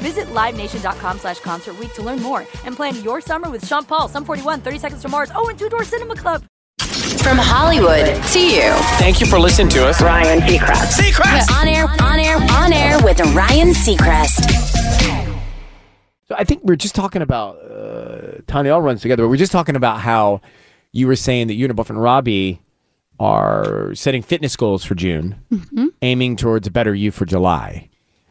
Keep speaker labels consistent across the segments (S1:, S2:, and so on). S1: Visit LiveNation.com slash Concert Week to learn more and plan your summer with Sean Paul, Sum 41, 30 Seconds to Mars, oh, and Two Door Cinema Club.
S2: From Hollywood to you.
S3: Thank you for listening to us.
S4: Ryan Seacrest.
S2: We're on air, on air, on air with Ryan Seacrest.
S3: So I think we are just talking about uh, Tanya all runs together. But we are just talking about how you were saying that you and Buff and Robbie are setting fitness goals for June, aiming towards a better you for
S5: Mm-hmm.
S3: July.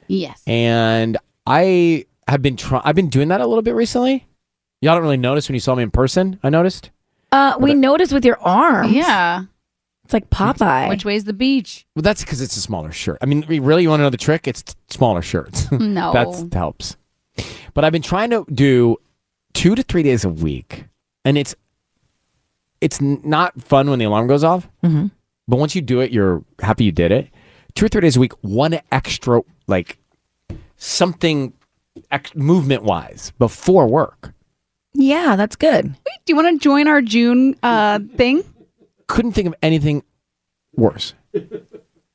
S5: Yes.
S3: And I have been trying. I've been doing that a little bit recently. Y'all don't really notice when you saw me in person. I noticed.
S6: Uh, we noticed with your arms.
S5: Yeah.
S6: It's like Popeye.
S5: Which way's the beach?
S3: Well, that's because it's a smaller shirt. I mean, re- really, you want to know the trick? It's t- smaller shirts.
S5: No.
S3: That's, that helps. But I've been trying to do two to three days a week, and it's it's n- not fun when the alarm goes off. But once you do it, you're happy you did it. Two or three days a week, one extra like something ex- movement wise before work.
S6: yeah, that's good.
S5: Do you want to join our June uh, thing?
S3: Couldn't think of anything worse.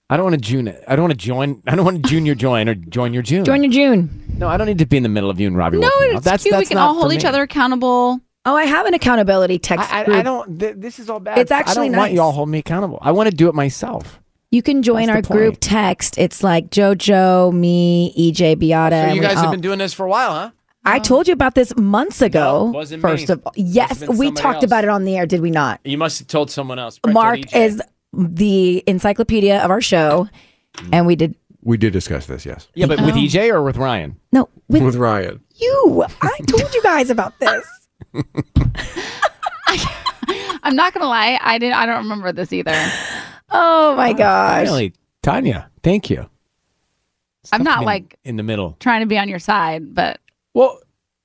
S3: I don't want to June. it. I don't want to join. I don't want to junior join or join your June.
S6: Join your June.
S3: no, I don't need to be in the middle of you and Robbie.
S5: No,
S3: working out.
S5: it's cute. we can
S3: not
S5: all
S3: for
S5: hold each
S3: me.
S5: other accountable.
S6: Oh, I have an accountability text
S3: I, I, I
S6: group.
S3: don't. Th- this is all bad.
S6: It's
S3: I
S6: actually
S3: don't want
S6: nice.
S3: you all hold me accountable. I want to do it myself.
S6: you can join our
S3: That's the
S6: group
S3: point.
S6: text. It's like JoJo, me, EJ, Beata.
S3: So
S6: and
S3: you
S6: we
S3: guys
S6: all-
S3: have been doing this for a while, huh?
S6: I told you about this months ago.
S3: wasn't me.
S6: first of all,
S3: Must've
S6: yes,
S3: been
S6: we
S3: somebody
S6: talked
S3: else. E
S6: about it on the air, did we not?
S3: You must have told someone else.
S6: Mark is the encyclopedia of our show,
S3: Mm.
S6: and we did
S7: We did discuss this, yes.
S3: yeah, but with EJ or with Ryan?
S6: no with
S7: With Ryan.
S6: you. I told you guys about this.
S5: I'm not gonna lie, I didn't. I don't remember this either.
S6: Oh my gosh!
S3: Really, Tanya? Thank you.
S5: I'm not
S3: in-
S5: like
S3: in the middle.
S5: trying to be on your side, but
S3: Well,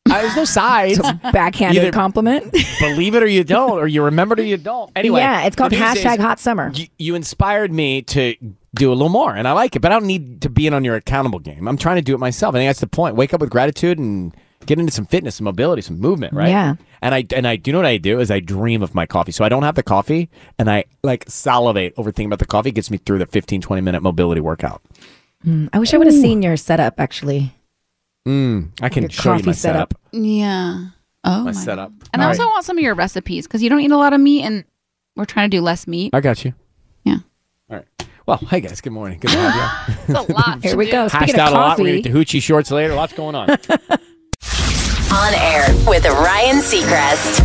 S3: I, there's no sides.
S6: Backhanded
S3: Either-
S6: compliment.
S3: Believe it or you don't, or you remember it or you don't. Anyway,
S6: yeah, it's called
S3: the news
S6: hashtag
S3: is
S6: hot summer.
S3: You, you inspired me to do a little more, and I like it. But I don't need to be in on your accountable game. I'm trying to do it myself. I think that's the point. Wake up with gratitude and get into some fitness, some mobility, some movement, right?
S6: Yeah.
S3: And I and I do you know what I do is I dream of my coffee. So I don't have the coffee, and I like salivate over thinking about the coffee. It gets me through the 15, 20 minute mobility workout.
S6: Hmm, I wish I would have seen your setup actually.
S3: Mm, I can
S6: Your
S3: show you
S6: coffee
S3: my
S6: setup.
S3: setup.
S5: yeah. Oh,
S3: My
S5: my
S3: setup.
S5: God. And I
S3: All
S5: also
S3: right.
S5: want some of your recipes because you don't eat a lot of meat, and we're trying to do less meat.
S3: I got you.
S5: Yeah.
S3: All right. Well, hey guys. Good morning. Good morning.
S5: It's a lot.
S6: Here we go.
S3: Hashed
S6: Speaking of
S3: out a lot. We're gonna
S6: coffee,
S3: get to hoochie shorts later. Lots going on.
S2: On air with Ryan Seacrest.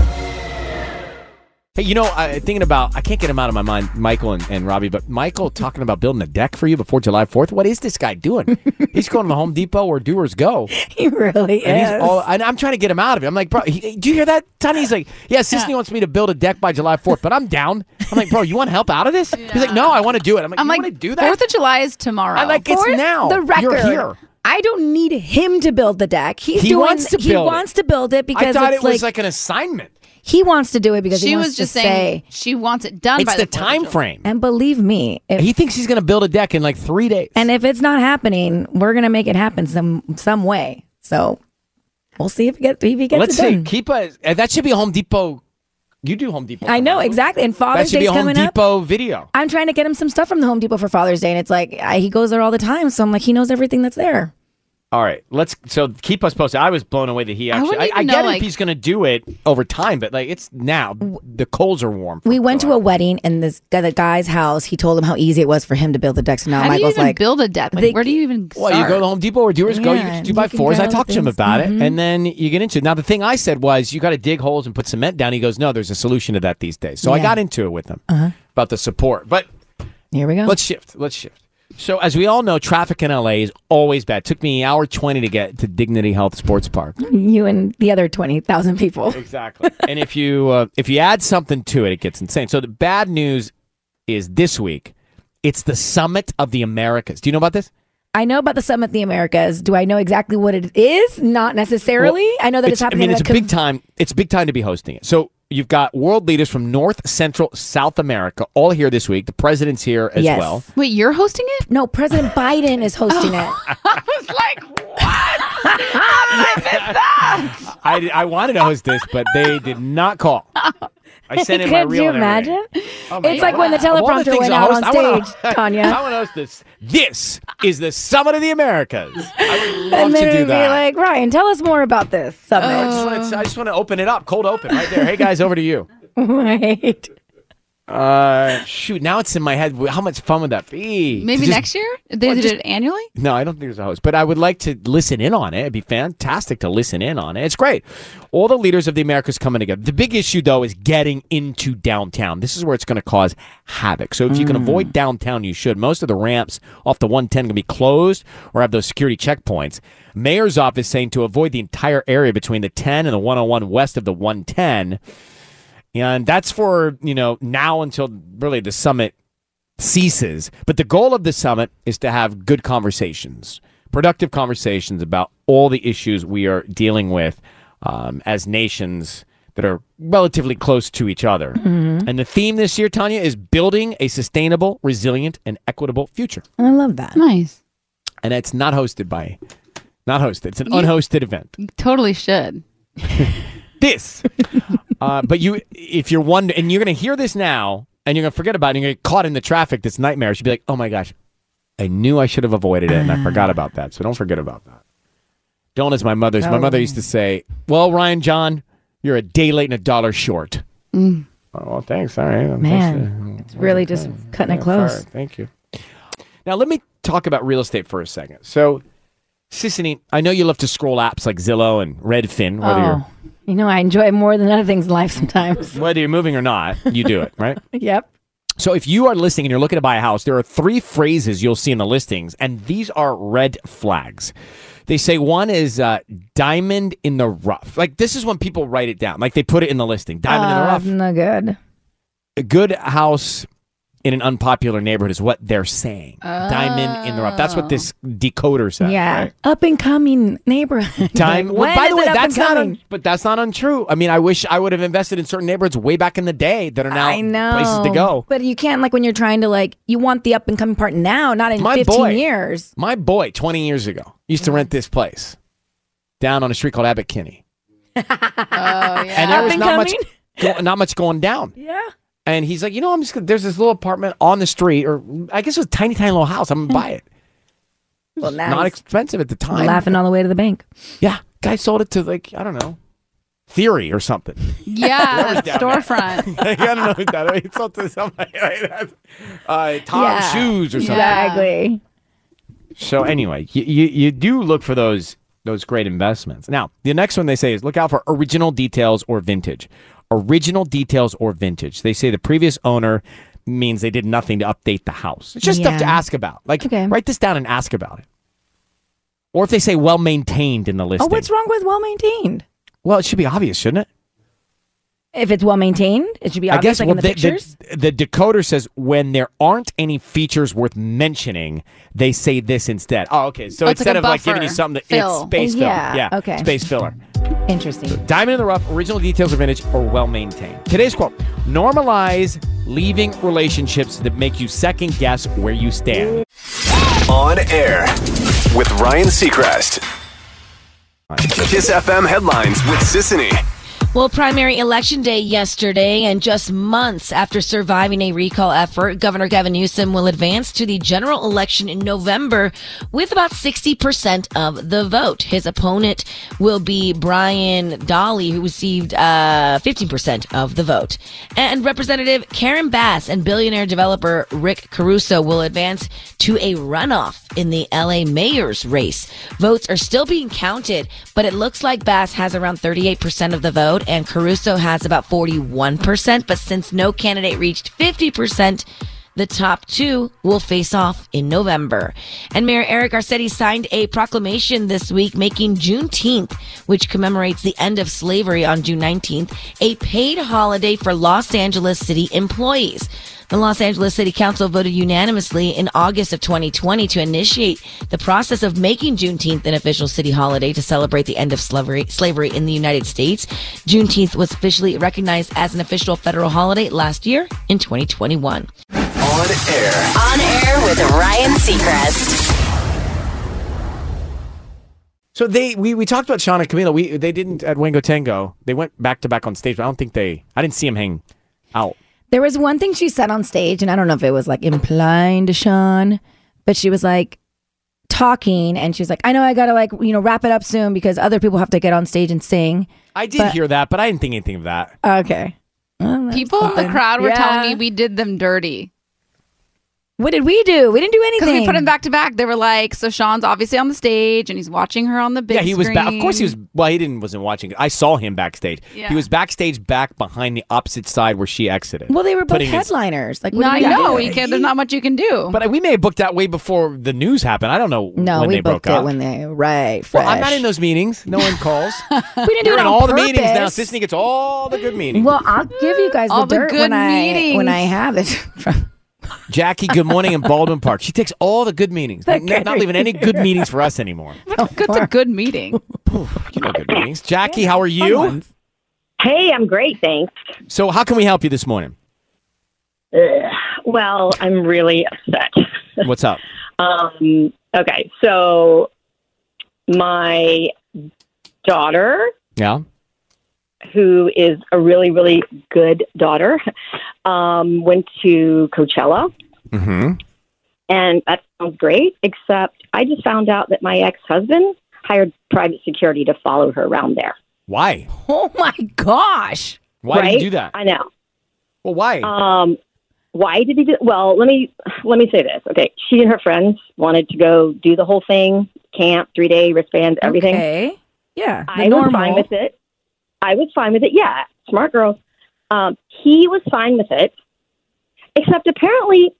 S3: Hey, you know, I, thinking about, I can't get him out of my mind, Michael and, and Robbie, but Michael talking about building a deck for you before July 4th. What is this guy doing? he's going to Home Depot where doers go.
S6: he really
S3: And
S6: is.
S3: he's all, and I'm trying to get him out of it. I'm like, bro, he, do you hear that? Tony, he's like, yeah, Sisney wants me to build a deck by July 4th, but I'm down. I'm like, bro, you want help out of this? He's like, no, I want to do it. I'm like,
S5: I'm
S3: you
S5: like,
S3: want to do that?
S5: Fourth of July is tomorrow.
S3: I like it's
S6: For
S3: now.
S6: The record.
S3: You're here.
S6: I don't need him to build the deck. He's
S3: He
S6: doing,
S3: wants to
S6: he
S3: build it.
S6: wants to build it
S3: I
S6: because
S3: thought
S6: it's
S3: it was like an assignment.
S6: he wants to do it because he
S5: she
S6: wants
S5: was just
S6: to
S5: saying
S6: say.
S5: she wants it done
S3: It's
S5: by
S3: the,
S5: the 4th of
S3: time
S5: July.
S3: frame.
S6: And believe me, if,
S3: He thinks he's going to build a deck in like three days.
S6: and if it's not happening, we're gonna make it happen some some way. So we'll see if he gets if he gets
S3: Let's
S6: it
S3: see.
S6: done.
S3: Keep a uh, that should be a Home Depot You do Home Depot.
S6: I know exactly. And
S3: That
S6: Father's
S3: should be
S6: Day's
S3: a Home
S6: coming up.
S3: Depot video.
S6: I'm trying to get him some stuff from the Home Depot for Father's Day, and it's like I, he goes there all the time, so I'm like he knows everything that's there.
S3: All right, let's so keep us posted. I was blown away that he
S5: I
S3: actually. I,
S5: wouldn't
S3: I
S5: even
S3: get
S5: know,
S3: if
S5: like-
S3: he's going to do it over time, but like it's now. The coals are warm.
S6: We went to a wedding and this guy, the guy's house. He told him how easy it was for him to build the decks. And now
S5: How do you
S6: Michael's
S5: even
S6: like,
S5: build a deck? Like,
S6: They-
S5: where do you even
S3: Well,
S5: start?
S3: you go to Home Depot or doers go. You
S6: Yeah,
S3: just do
S6: you
S3: by
S6: can
S3: fours. I
S6: get all
S3: talked to him
S6: things. Mm-hmm.
S3: about it, and then you get into it. Now, the thing I said was, you got to dig holes and put cement down. He goes, no, there's a solution to that these days. So I
S6: Yeah.
S3: got into it with him about the support. But
S6: here we go.
S3: let's shift. Let's shift. So as we all know, traffic in LA is always bad. took me an hour twenty to get to Dignity Health Sports Park.
S6: you and the other twenty thousand people.
S3: Exactly. and if you uh, if you add something to it, it gets insane. So the bad news is this week, it's the summit of the Americas. Do you know about this?
S6: I know about the Summit of the Americas. Do I know exactly what it is? Not necessarily. I know that it's, happening.
S3: I mean,
S6: at
S3: it's a
S6: a
S3: big time. It's big time to be hosting it. So you've got world leaders from North, Central, South America all here this week. The president's here as
S6: Yes.
S3: well.
S5: Wait, you're hosting it? Oh.
S6: No, President Biden is hosting it.
S5: I was like, what? How did I miss that?
S3: I, I wanted to host this, but they did not call. I sent in my
S6: Could
S3: reel.
S6: you
S3: and everything.
S6: imagine?
S3: Oh my
S6: it's like when the
S3: God. Of all
S6: teleprompter
S3: things
S6: went
S3: I
S6: out
S3: host, I
S6: on
S3: wanna-
S6: stage, Tanya.
S3: I want to host this. This is the summit of the Americas. I would love
S6: And
S3: to
S6: then
S3: do
S6: it'd be
S3: that.
S6: like, Ryan, tell us more about this
S3: I
S6: summit.
S3: just wanna-
S5: Oh.
S3: I just want to open it up, cold open, right there. Hey guys, over to you.
S6: right.
S3: Uh, shoot, now it's in my head. How much fun would that be?
S5: Maybe
S3: To just-
S5: next year? They did it annually?
S3: No, I don't think there's a host, but I would like to listen in on it. It'd be fantastic to listen in on it. It's great. All the leaders of the Americas coming together. The big issue, though, is getting into downtown. This is where it's going to cause havoc. So if you can avoid downtown, you should. Most of the ramps off the 110 can be closed or have those security checkpoints. Mayor's office saying to avoid the entire area between the 10 and the 101 west of the 110. And that's for, you know, now until really the summit ceases. But the goal of the summit is to have good conversations, productive conversations about all the issues we are dealing with um, as nations that are relatively close to each other.
S6: Mm-hmm.
S3: And the theme this year, Tanya, is building a sustainable, resilient, and equitable future.
S6: I love that.
S5: Nice.
S3: And it's not hosted by, not hosted, it's an unhosted event.
S5: You totally should.
S3: this. uh, but you, if you're one, and you're going to hear this now, and you're going to forget about it, and you're going to get caught in the traffic that's nightmarish. You'll be like, oh my gosh, I knew I should have avoided it, and
S6: Ah.
S3: I forgot about that. So don't forget about that. Don't, as my mother's, my mother used to say, well, Ryan John, you're a day late and a dollar short. Oh, well, thanks. All right. uh, Well,
S6: Mm. Man, it's really just cutting it close.
S3: Thank you. Now let me talk about real estate for a second. So, Sissany, I know you love to scroll apps like Zillow and Redfin, whether you're
S6: Oh, you know, I enjoy more than other things in life sometimes.
S3: whether you're moving or not, you do it, right?
S6: yep.
S3: So if you are listening and you're looking to buy a house, there are three phrases you'll see in the listings, and these are red flags. They say one is uh, diamond in the rough. Like this is when people write it down, like they put it in the listing, diamond in the rough.
S6: Ah, No good.
S3: A good house in an unpopular neighborhood is what they're saying. Diamond in the rough. That's what this decoder says.
S6: Oh. yeah.
S3: right?
S6: Up and coming neighborhood.
S3: Time.
S6: Like, when
S3: by
S6: is
S3: the
S6: it
S3: way,
S6: up
S3: that's
S6: and
S3: not.
S6: coming?
S3: Un- but that's not untrue. I mean, I wish I would have invested in certain neighborhoods way back in the day that are now
S6: I know
S3: places to go.
S6: But you can't like when you're trying to like you want the up and coming part now, not in
S3: My
S6: 15
S3: boy.
S6: years. Mm-hmm.
S3: My boy, 20 years ago, used to rent this place down on a street called Abbot Kinney.
S5: Oh,
S3: And
S5: yeah.
S3: there
S6: Up
S3: was
S6: and
S3: not much, go, not much going down.
S6: Yeah.
S3: And he's like, you know, I'm just gonna, there's this little apartment on the street, or I guess it was a tiny, tiny little house.
S6: Mm.
S3: I'm gonna buy it.
S6: Well, now
S3: Not
S6: he's
S3: expensive at the time.
S6: laughing all the way to the bank.
S3: Yeah, guy sold it to like I don't know, Theory or something.
S5: Yeah, storefront.
S3: Like, I don't know what that. He sold to somebody. Like that. Uh, Tom
S6: Yeah.
S3: Shoes or something.
S6: Exactly.
S3: So anyway, you, you you do look for those those great investments. Now, the next one they say is look out for original details or vintage. Original details or vintage. They say the previous owner means they did nothing to update the house. It's just stuff to
S6: Yeah.
S3: ask about. Like
S6: Okay.
S3: write this down and ask about it. Or if they say well maintained in the
S6: Oh,
S3: listing.
S6: what's wrong with well maintained?
S3: Well, it should be obvious, shouldn't it?
S6: If it's well maintained, it should be obvious like in the
S3: well,
S6: pictures.
S3: the decoder says when there aren't any features worth mentioning, they say this instead. Oh, okay.
S5: It's
S3: So
S5: like
S3: instead
S5: a
S3: of like giving you
S5: buffer.
S3: something, that,
S5: Fill.
S3: it's space
S6: Yeah,
S3: filler. Yeah.
S6: okay.
S3: Space filler.
S6: Interesting.
S3: Diamond in the rough, original details are vintage or well maintained. Today's quote: Normalize leaving relationships that make you second guess where you stand.
S4: On air with Ryan Seacrest. Kiss FM headlines with Sissany.
S7: Well, primary election day yesterday, and just months after surviving a recall effort, Governor Gavin Newsom will advance to the general election in November with about 60% of the vote. His opponent will be Brian Dolly, who received uh, 15% of the vote. And Representative Karen Bass and billionaire developer Rick Caruso will advance to a runoff in the LA mayor's race. Votes are still being counted, but it looks like Bass has around 38% of the vote and Caruso has about 41%. But since no candidate reached 50%, the top two will face off in November. And Mayor Eric Garcetti signed a proclamation this week making Juneteenth, which commemorates the end of slavery on June 19th, a paid holiday for Los Angeles city employees. The Los Angeles City Council voted unanimously in August of 2020 to initiate the process of making Juneteenth an official city holiday to celebrate the end of slavery, slavery in the United States. Juneteenth was officially recognized as an official federal holiday last year in 2021.
S4: On air.
S2: On air with Ryan Seacrest.
S3: So they we, we talked about Sean and Camila. We they didn't at Wango Tango. They went back to back on stage, but I don't think they. I didn't see him hang out.
S6: There was one thing she said on stage, and I don't know if it was like implying to Sean, but she was like talking, and she was like, "I know I gotta like you know wrap it up soon because other people have to get on stage and sing."
S3: I did hear that, but I didn't think anything of that.
S6: Okay, Well, that's
S5: People in
S6: something.
S5: the crowd were telling
S6: Yeah.
S5: me we did them dirty
S6: "What did we do? We didn't do
S5: because
S6: anything."
S5: we put them back to back. They were like, so Sean's obviously on the stage and he's watching her on the big.
S3: yeah, he was. Ba- of course, he
S5: screen.
S3: was. Well, he didn't. Wasn't watching. it. I saw him backstage.
S5: Yeah.
S3: He was backstage, back behind the opposite side where she exited.
S6: Well, they were both
S3: Putting his-
S6: headliners. Like, what
S5: No,
S6: did
S5: I
S6: we do?
S5: know you can. There's not much you can do.
S3: but we may have booked that way before the news happened. I don't know.
S6: No,
S3: when
S6: we
S3: they
S6: booked
S3: broke up.
S6: it when they right. Fresh.
S3: well, I'm not in those meetings. No one calls.
S6: We didn't do
S3: You're
S6: it on
S3: in all
S6: purpose.
S3: the meetings now. Sisney gets all the good meetings.
S6: Well, I'll give you guys the
S5: All the
S6: dirt
S5: good
S6: when I when
S5: meetings.
S6: I have it.
S3: Jackie, good morning in Baldwin Park. She takes all the good meetings. N- not, leaving any good meetings for us anymore.
S5: That's a good meeting.
S3: You know good meetings. Jackie, how are you?
S8: Hey, I'm great, thanks.
S3: So, how can we help you this morning?
S8: Well, I'm really upset.
S3: What's up?
S8: Um, okay, so my daughter,
S3: Yeah.
S8: who is a really, really good daughter, um, went to Coachella,
S3: Mm-hmm.
S8: and that sounds great, except I just found out that my ex husband hired private security to follow her around there.
S3: Why?
S6: Oh my gosh!
S3: Why
S8: right?
S3: did you do that?
S8: I know.
S3: Well, why?
S8: Um, why did he do? Well, let me let me say this. Okay, she and her friends wanted to go do the whole thing, camp, three day wristbands, everything.
S6: Okay. Yeah, the
S8: I was fine with it. I was fine with it. Yeah, smart girl. Um, he was fine with it, except apparently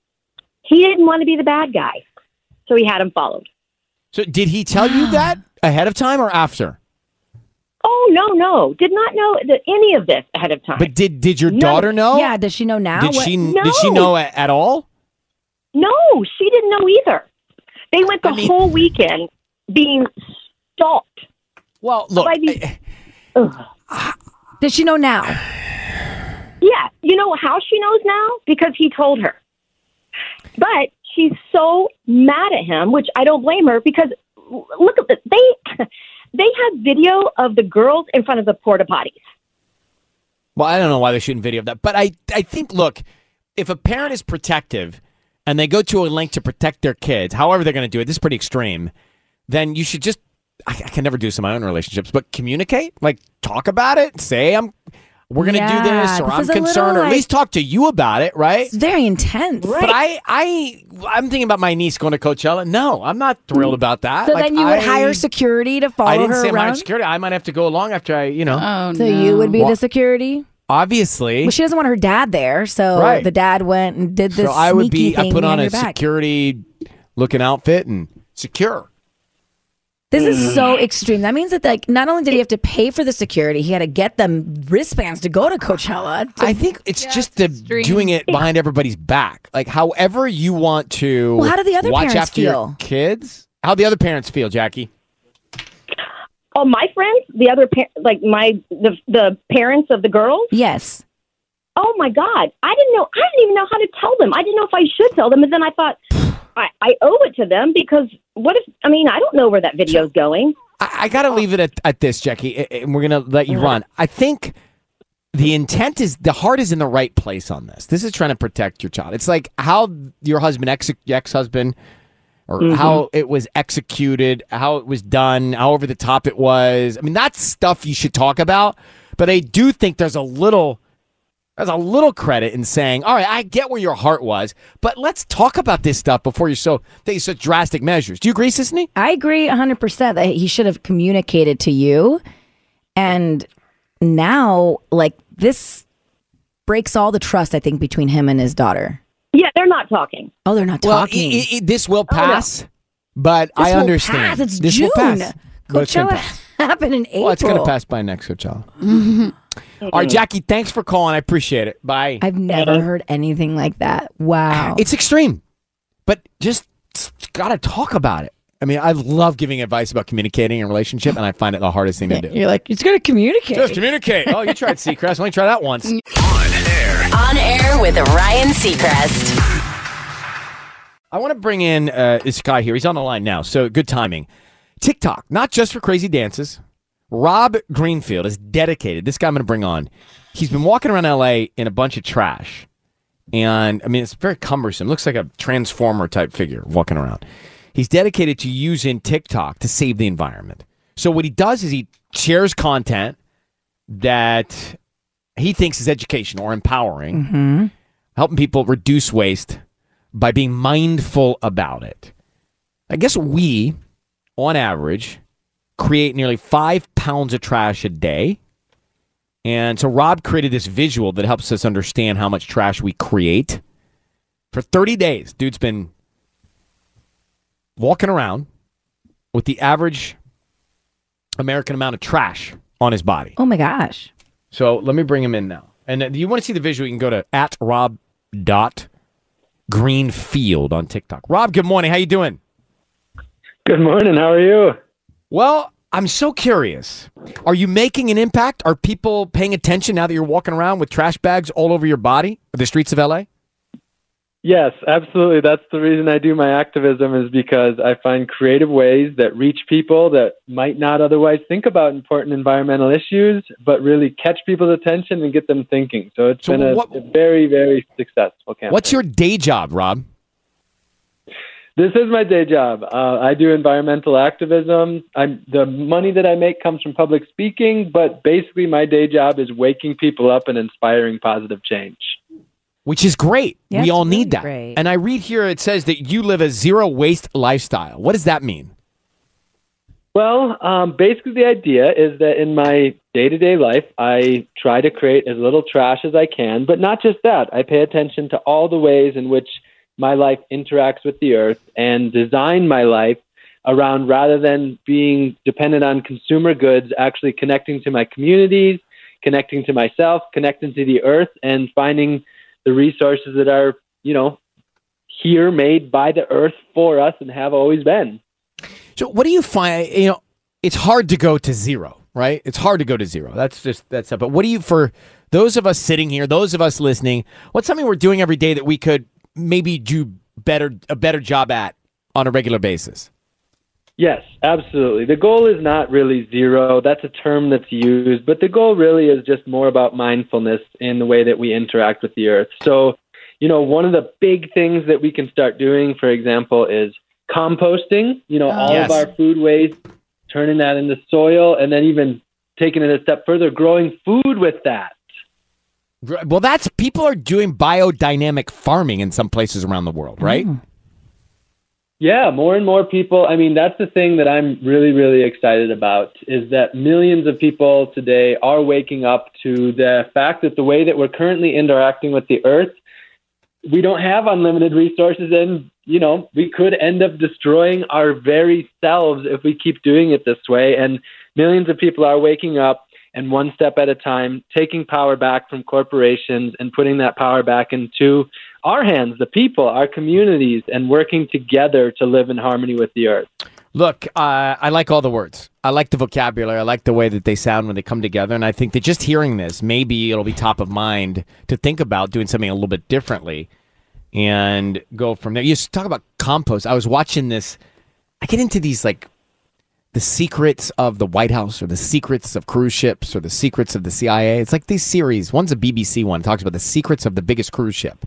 S8: he didn't want to be the bad guy, so he had him followed.
S3: so, did he tell you that ahead of time or after?
S8: Oh no, no, did not know that any of this ahead of time.
S3: But did did your
S8: No.
S3: daughter know?
S6: Yeah, does she know now?
S3: Did
S6: What-
S3: she did she
S8: No.
S3: know a- at all?
S8: No, she didn't know either. They went the
S3: I mean-
S8: whole weekend being stalked.
S3: Well, look.
S8: Why did-
S3: I-
S8: Ugh.
S6: Does she know now?
S8: Yeah, you know how she knows now because he told her. But she's so mad at him, which I don't blame her because l- look at the they they have video of the girls in front of the porta potties.
S3: Well, I don't know why they shouldn't video that, but I I think look, if a parent is protective and they go to a length to protect their kids, however they're going to do it, this is pretty extreme. Then you should just I, I can never do this in my own relationships, but communicate, like talk about it, say I'm we're going to do this
S6: Yeah,
S3: or
S6: this
S3: I'm
S6: is a little,
S3: concerned or at
S6: like-
S3: least talk to you about it, right?
S6: It's very intense.
S3: But I I I'm thinking about my niece going to Coachella. No, I'm not thrilled about that.
S6: So
S3: Like,
S6: then you would
S3: I-
S6: hire security to follow
S3: I didn't
S6: her
S3: say I'm hiring
S6: around.
S3: security. I might have to go along after I, you know,
S5: Oh
S6: So
S5: no.
S6: you would be
S3: Wha-
S6: the security.
S3: obviously.
S6: Well, she doesn't want her dad there, so
S3: Right.
S6: the dad went and did this.
S3: so I would be.
S6: sneaky
S3: I
S6: thing
S3: put on
S6: behind
S3: a
S6: your back.
S3: security looking outfit and secure.
S6: This is so extreme. That means that like not only did he have to pay for the security, he had to get them wristbands to go to Coachella.
S3: I think it's just the
S5: extreme.
S3: doing it behind everybody's back. Like however you want to.
S6: Well, how do the other
S3: watch
S6: parents
S3: after your
S6: feel?
S3: kids? How the other parents feel, Jackie?
S8: Oh, my friends, the other par- like my the the parents of the girls.
S6: Yes.
S8: Oh my God, I didn't know. I didn't even know how to tell them. I didn't know if I should tell them, and then I thought I, I owe it to them because what if? I mean, I don't know where that video's going.
S3: I, I got to leave it at, at this, Jackie, a- and we're going to let you run. I think the intent is the heart is in the right place on this. This is trying to protect your child. It's like how your husband, ex ex husband, or
S9: Mhm.
S3: how it was executed, how it was done, how over the top it was. I mean, that's stuff you should talk about. But I do think there's a little there's a little credit in saying, all right, I get where your heart was, but let's talk about this stuff before you're so take such drastic measures. Do you agree, Sisney?
S6: I agree 100% that he should have communicated to you. And now, like, this breaks all the trust, I think, between him and his daughter.
S8: Yeah, they're not talking. Oh,
S6: Oh, they're not
S3: Well,
S6: talking.
S3: i- i- i- this will pass, but
S6: This
S3: I
S6: will
S3: understand.
S6: pass. It's
S3: this will
S6: June.
S3: pass. but it's gonna
S6: Coachella
S3: pass.
S6: happened in April.
S3: Well, it's going to pass by next Coachella.
S10: Mm-hmm.
S3: All right, Jackie, thanks for calling. I appreciate it. Bye.
S6: I've never heard anything like that. Wow.
S3: It's extreme, but just got to talk about it. I mean, I love giving advice about communicating in a relationship, and I find it the hardest thing to do.
S6: You're like, it's going to communicate.
S3: Just communicate. Oh, you tried Seacrest. Only try that once.
S2: On air with Ryan Seacrest.
S3: I want to bring in uh, this guy here. He's on the line now, so good timing. TikTok, not just for crazy dances. Rob Greenfield is dedicated. This guy I'm going to bring on. He's been walking around LA in a bunch of trash. And I mean, it's very cumbersome. Looks like a transformer type figure walking around. He's dedicated to using TikTok to save the environment. So, what he does is he shares content that he thinks is educational or empowering
S6: hmm
S3: helping people reduce waste by being mindful about it. I guess we, on average, create nearly five pounds of trash a day. And so Rob created this visual that helps us understand how much trash we create. For 30 days, dude's been walking around with the average American amount of trash on his body.
S6: Oh my gosh.
S3: So let me bring him in now. And uh, you want to see the visual, you can go to at Rob dot Greenfield on TikTok. Rob, good morning. How you doing?
S11: Good morning. How are you?
S3: Well, I'm so curious. Are you making an impact? Are people paying attention now that you're walking around with trash bags all over your body, the streets of LA?
S11: Yes, absolutely. That's the reason I do my activism is because I find creative ways that reach people that might not otherwise think about important environmental issues, but really catch people's attention and get them thinking. So it's
S3: So
S11: been a,
S3: what-
S11: a very, very successful campaign.
S3: What's your day job, Rob?
S11: This is my day job. Uh, I do environmental activism. I'm, the money that I make comes from public speaking, but basically, my day job is waking people up and inspiring positive change.
S3: Which is great.
S11: Yeah,
S3: we
S11: it's
S3: all
S11: really
S3: need that.
S11: great.
S3: And I read here it says that you live a zero waste lifestyle. What does that mean?
S11: Well, um, basically, the idea is that in my day to day life, I try to create as little trash as I can, but not just that. I pay attention to all the ways in which my life interacts with the earth and design my life around rather than being dependent on consumer goods, actually connecting to my communities, connecting to myself, connecting to the earth, and finding the resources that are, you know, here made by the earth for us and have always been.
S3: So what do you find? You know, it's hard to go to zero, right? It's hard to go to zero. That's just that's up. But what do you for those of us sitting here, those of us listening? What's something we're doing every day that we could maybe do better a better job at on a regular basis?
S11: Yes, absolutely. The goal is not really zero. That's a term that's used, but the goal really is just more about mindfulness in the way that we interact with the earth. So, you know, one of the big things that we can start doing, for example, is composting. You know, all
S10: Yes.
S11: of our food waste, turning that into soil, and then even taking it a step further, growing food with that.
S3: Gr- Well, that's people are doing biodynamic farming in some places around the world, right?
S11: Yeah, more and more people. I mean, that's the thing that I'm really, really excited about is that millions of people today are waking up to the fact that the way that we're currently interacting with the earth, we don't have unlimited resources and, you know, we could end up destroying our very selves if we keep doing it this way. And millions of people are waking up and one step at a time, taking power back from corporations and putting that power back into our hands, the people, our communities, and working together to live in harmony with the earth.
S3: Look, uh, I like all the words. I like the vocabulary. I like the way that they sound when they come together. And I think that just hearing this, maybe it'll be top of mind to think about doing something a little bit differently and go from there. You s- talk about compost. I was watching this. I get into these like the secrets of the White House or the secrets of cruise ships or the secrets of the CIA. It's like these series. One's a BBC one talks about the secrets of the biggest cruise ship,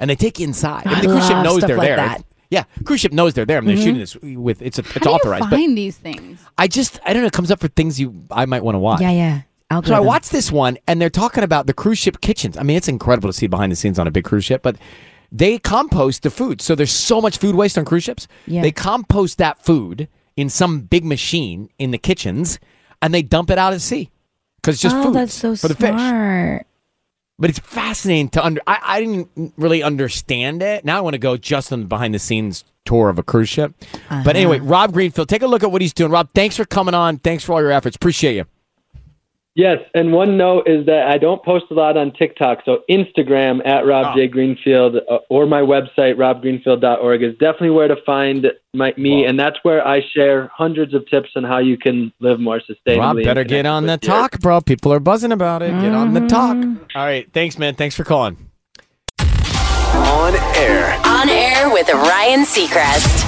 S3: and they take you inside. I mean, the cruise ship
S5: love
S3: knows
S5: stuff
S3: they're
S5: like
S3: there.
S5: that.
S3: Yeah, cruise ship knows they're there. I mean,
S5: Mhm.
S3: they're shooting this with it's a, it's
S5: How do you
S3: authorized.
S5: find these things?
S3: but I just I don't know. It comes up for things you I might want to watch.
S6: Yeah, yeah.
S3: So I
S6: Algorithm.
S3: watched this one, and they're talking about the cruise ship kitchens. I mean, it's incredible to see behind the scenes on a big cruise ship, but they compost the food. So there's so much food waste on cruise ships.
S9: Yeah.
S3: They compost that food in some big machine in the kitchens, and they dump it out at sea because it's just
S6: oh,
S3: food
S6: that's so
S3: for the fish.
S6: smart.
S3: But it's fascinating to under. I, I didn't really understand it. Now I want to go just on the behind the scenes tour of a cruise ship. But anyway, Rob Greenfield, take a look at what he's doing. Rob, thanks for coming on. Thanks for all your efforts. Appreciate you.
S11: Yes, and one note is that I don't post a lot on TikTok, so Instagram at Rob
S3: Ah.
S11: J Greenfield uh, or my website robgreenfield.org is definitely where to find my, me, and that's where I share hundreds of tips on how you can live more sustainably.
S3: Rob,
S11: and
S3: better
S11: connect
S3: get on the
S11: with your-
S3: talk, bro. People are buzzing about it. Get on the talk. All right. Thanks, man. Thanks for calling.
S4: On air.
S2: On air with Ryan Seacrest.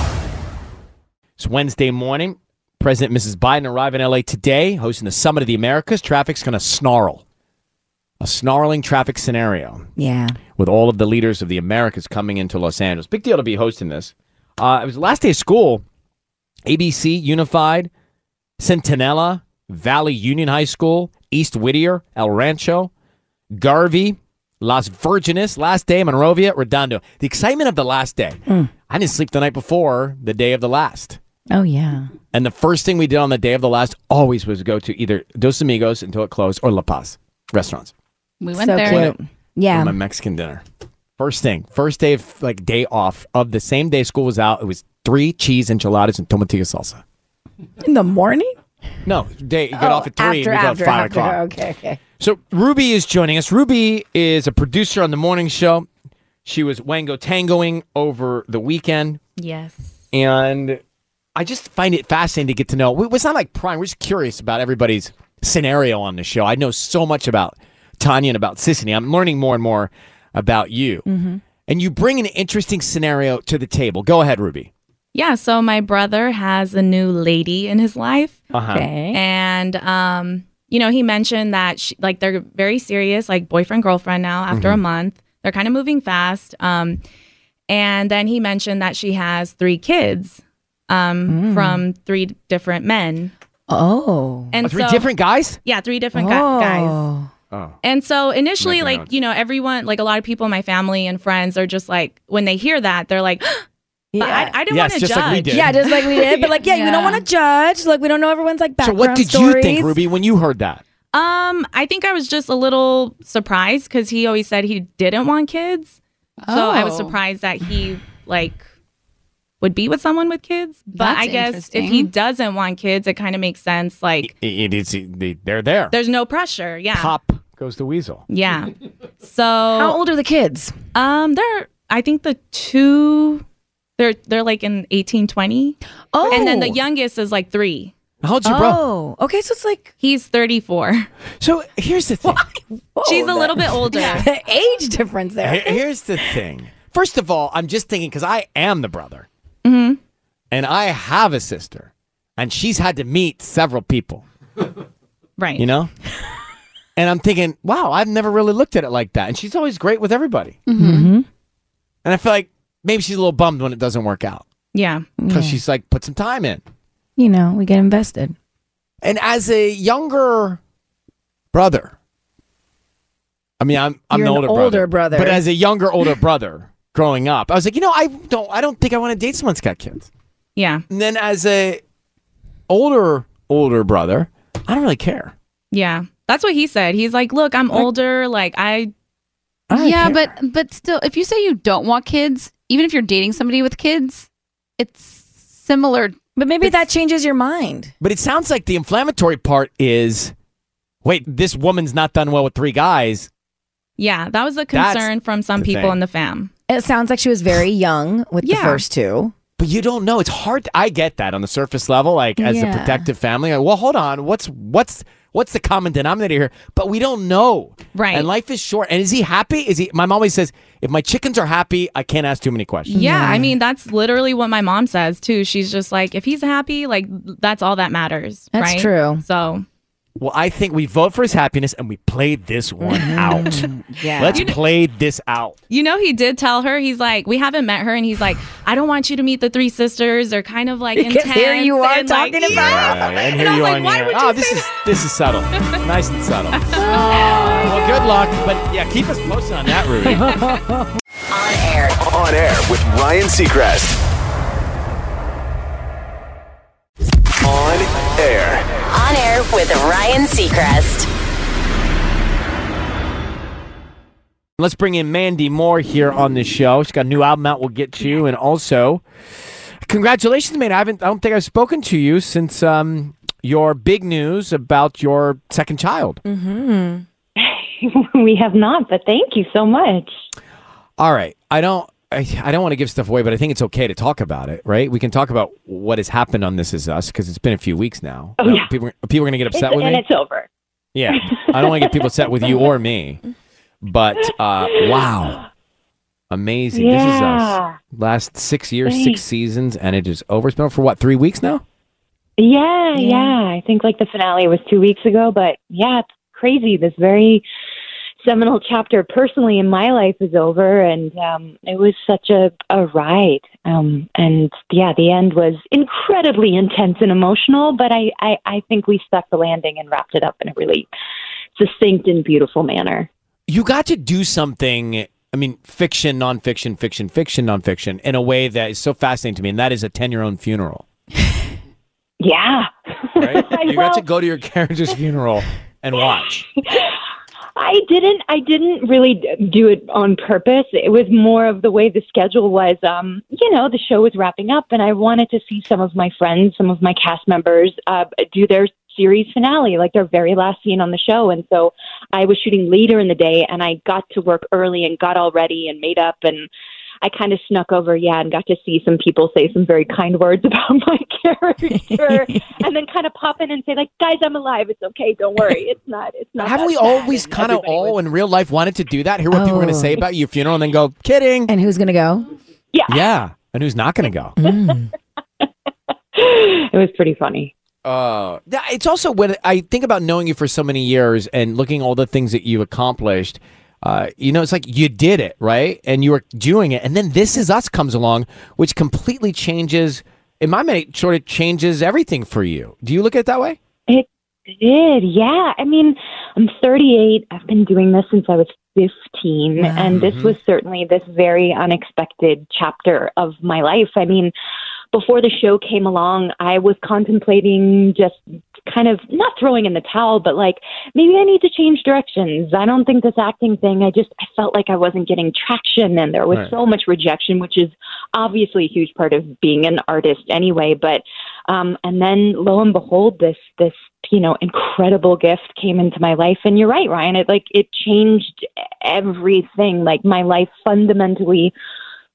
S3: It's Wednesday morning. President and Mrs. Biden arrive in LA today, hosting the Summit of the Americas. Traffic's going to snarl. A snarling traffic scenario
S6: Yeah.
S3: with all of the leaders of the Americas coming into Los Angeles. Big deal to be hosting this. Uh, it was the last day of school. ABC, Unified, Centinela, Valley Union High School, East Whittier, El Rancho, Garvey, Las Virgenes, last day, Monrovia, Redondo. The excitement of the last day.
S6: Hmm.
S3: I didn't sleep the night before the day of the last.
S6: Oh yeah.
S3: And the first thing we did on the day of the last always was go to either Dos Amigos until it closed or La Paz restaurants.
S5: We went
S6: so
S5: there.
S6: Cute. Yeah.
S3: For my Mexican dinner. First thing, first day of like day off of the same day school was out. It was three cheese enchiladas and tomatillo salsa.
S6: In the morning?
S3: No, day you get off at three
S6: Oh, after,
S3: and you go
S6: after,
S3: at five
S6: after.
S3: o'clock.
S6: Okay, okay.
S3: So Ruby is joining us. Ruby is a producer on the morning show. She was Wango tangoing over the weekend,
S10: Yes.
S3: and I just find it fascinating to get to know. we- It's not like prime. We're just curious about everybody's scenario on the show. I know so much about Tanya and about Sissany. I'm learning more and more about you,
S6: Mm-hmm.
S3: and you bring an interesting scenario to the table. Go ahead, Ruby.
S10: Yeah, so my brother has a new lady in his life.
S3: Uh-huh. Okay.
S10: And um, you know, he mentioned that she, like they're very serious, like boyfriend girlfriend now after a
S3: Mm-hmm.
S12: Mhm.
S10: month. They're kind of moving fast. Um, and then he mentioned that she has three kids um,
S12: Mm.
S10: from three different men.
S6: Oh.
S10: And
S3: three
S10: so-
S3: different guys.
S10: Yeah, three different gu- guys.
S3: Oh.
S10: And so initially,
S3: Making
S10: like,
S3: notes.
S10: you know, everyone, like a lot of people in my family and friends are just like, when they hear that, they're like, but I, I didn't want
S3: Yes,
S10: to
S3: just
S10: judge.
S3: like we did.
S6: Yeah, just like we did, but like, yeah, we don't want to judge. Like, we don't know everyone's like
S3: So
S6: background
S3: what did you think,
S6: stories.
S3: Ruby, when you heard that?
S10: Um, I think I was just a little surprised because he always said he didn't want kids. So I was
S5: Oh.
S10: surprised that he like would be with someone with kids. But
S5: That's
S10: I guess if he
S5: interesting.
S10: doesn't want kids, it kind of makes sense. Like
S3: It, it is they- they're there.
S10: there's no pressure. Yeah.
S3: Pop goes the weasel.
S10: Yeah. So how
S6: old are the kids?
S10: Um, they're I think the two they're they're like in eighteen twenty.
S6: Oh.
S10: And then the youngest is like three.
S3: How old's your
S6: bro? Oh, okay, so it's like
S10: he's thirty four.
S3: So here's the thing.
S10: She's a little bit older.
S6: The age difference there.
S3: Here- Here's the thing. First of all, I'm just thinking because I am the brother
S10: Mm-hmm.
S3: and I have a sister and she's had to meet several people,
S10: Right.
S3: you know? and I'm thinking, wow, I've never really looked at it like that. And she's always great with everybody.
S6: Mm-hmm.
S3: And I feel like maybe she's a little bummed when it doesn't work out
S10: Yeah.
S3: because she's like put some time in.
S6: You know, we get invested.
S3: And as a younger brother, I mean, I'm I'm
S6: You're
S3: the
S6: an
S3: older,
S6: older brother.
S3: but as a younger older brother growing up, I was like, you know, I don't I don't think I want to date someone that's got kids.
S10: Yeah.
S3: And then as a older older brother, I don't really care.
S10: Yeah. That's what he said. He's like, look, I'm older. Like, I.
S5: yeah, but but still, if you say you don't want kids, even if you're dating somebody with kids, it's similar.
S6: But maybe that changes your mind.
S3: But it sounds like the inflammatory part is, wait, this woman's not done well with three guys.
S10: Yeah. That was a
S3: That's
S10: concern from some
S3: the
S10: people
S3: thing.
S10: in the fam.
S6: It sounds like she was very young with the first two.
S3: But you don't know. It's hard. I get that on the surface level, like as
S6: Yeah.
S3: a protective family. Like, well, hold on. What's what's what's the common denominator here? But we don't know. Right. And life is short. And is he happy? Is he? My mom always says, if my chickens are happy, I can't ask too many questions.
S10: Yeah, I mean that's literally what my mom says too. She's just like, if he's happy, like that's all that matters.
S3: That's
S10: right?
S3: true.
S10: So
S3: Well, I think we vote for his happiness and we play this one out.
S10: Mm-hmm. Yeah.
S3: Let's
S10: You kn-
S3: play this out.
S10: you know, he did tell her. He's like, we haven't met her, and he's like, I don't want you to meet the three sisters. They're kind of like
S3: Because
S10: intense.
S3: here you are
S10: and, like,
S3: talking
S10: yeah.
S3: Yeah, and here
S10: And I was
S3: you are.
S10: like,
S3: in
S10: why
S3: the air.
S10: would
S3: oh, this is this is subtle, nice and subtle.
S10: Oh
S3: well, good luck, but yeah, keep us posted on that, Rudy.
S4: On air with Ryan Seacrest. On air.
S2: On air with Ryan Seacrest.
S3: Let's bring in Mandy Moore here on the show. She's got a new album out. We'll get to you, and also, congratulations, man. I haven't. I don't think I've spoken to you since um, your big news about your second child.
S9: hmm Mm-hmm. we have not, but thank you so much.
S3: All right. I don't. I, I don't want to give stuff away, but I think it's okay to talk about it, right? We can talk about what has happened on This Is Us because it's been a few weeks now.
S9: Oh,
S3: Now,
S9: yeah.
S3: People, people are going to get upset
S9: It's-
S3: with
S9: and
S3: me.
S9: it's over.
S3: Yeah. I don't want to get people upset with you or me. But uh, wow. Amazing. This is us.
S9: Yeah.
S3: Last six years,
S9: Thanks.
S3: six seasons, and it is over. It's been for what, three weeks now?
S9: Yeah, yeah, I think like the finale was two weeks ago, but yeah, it's crazy. This very seminal chapter personally in my life is over, and um, it was such a, a ride. Um, and yeah, the end was incredibly intense and emotional, but I, I, I think we stuck the landing and wrapped it up in a really succinct and beautiful manner.
S3: you got to do something i mean fiction nonfiction fiction fiction nonfiction in a way that is so fascinating to me and that is attend your own funeral
S9: Yeah.
S3: right you got to go to your character's funeral and watch
S9: I didn't. I didn't really d- do it on purpose. It was more of the way the schedule was. Um, you know, the show was wrapping up, and I wanted to see some of my friends, some of my cast members, uh, do their series finale, like their very last scene on the show. And so, I was shooting later in the day, and I got to work early and got all ready and made up, and I kind of snuck over, yeah, and got to see some people say some very kind words about my character, and then kind of pop in and say, like, guys, I'm alive. It's okay. Don't worry. It's not. It's not. that
S3: haven't we
S9: bad."
S3: always kind of all in real life wanted to do that hear what people are going to say about your funeral and then go kidding
S6: and who's going to go
S9: Oh. yeah
S3: yeah and who's not going to go
S9: Mm. it was pretty funny
S3: Uh, th- it's also when I think about knowing you for so many years and looking at all the things that you've accomplished. Uh, you know, it's like you did it right, and you were doing it, and then "This Is Us" comes along, which completely changes. In my mind, it sort of changes everything for you. Do you look at it that way?
S9: It did, yeah. I mean, I'm 38. I've been doing this since I was 15, and this
S12: Mhm.
S9: was certainly this very unexpected chapter of my life. I mean, before the show came along, I was contemplating just kind of not throwing in the towel, but like maybe I need to change directions. I don't think this acting thing. I just I felt like I wasn't getting traction, and there was
S13: Right.
S9: so much rejection, which is obviously a huge part of being an artist anyway. But um, and then lo and behold, this this you know incredible gift came into my life. And you're right, Ryan. It like it changed everything. Like my life fundamentally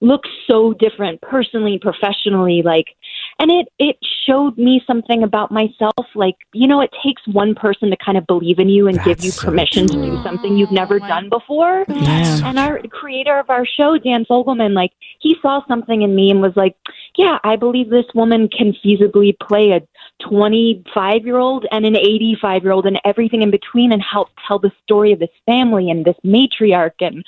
S9: looks so different personally, professionally, like and it it showed me something about myself like you know it takes one person to kind of believe in you and give you permission to do something you've never done before and our creator of our show dan fogelman like he saw something in me and was like yeah i believe this woman can feasibly play a 25 year old and an 85 year old and everything in between and help tell the story of this family and this matriarch and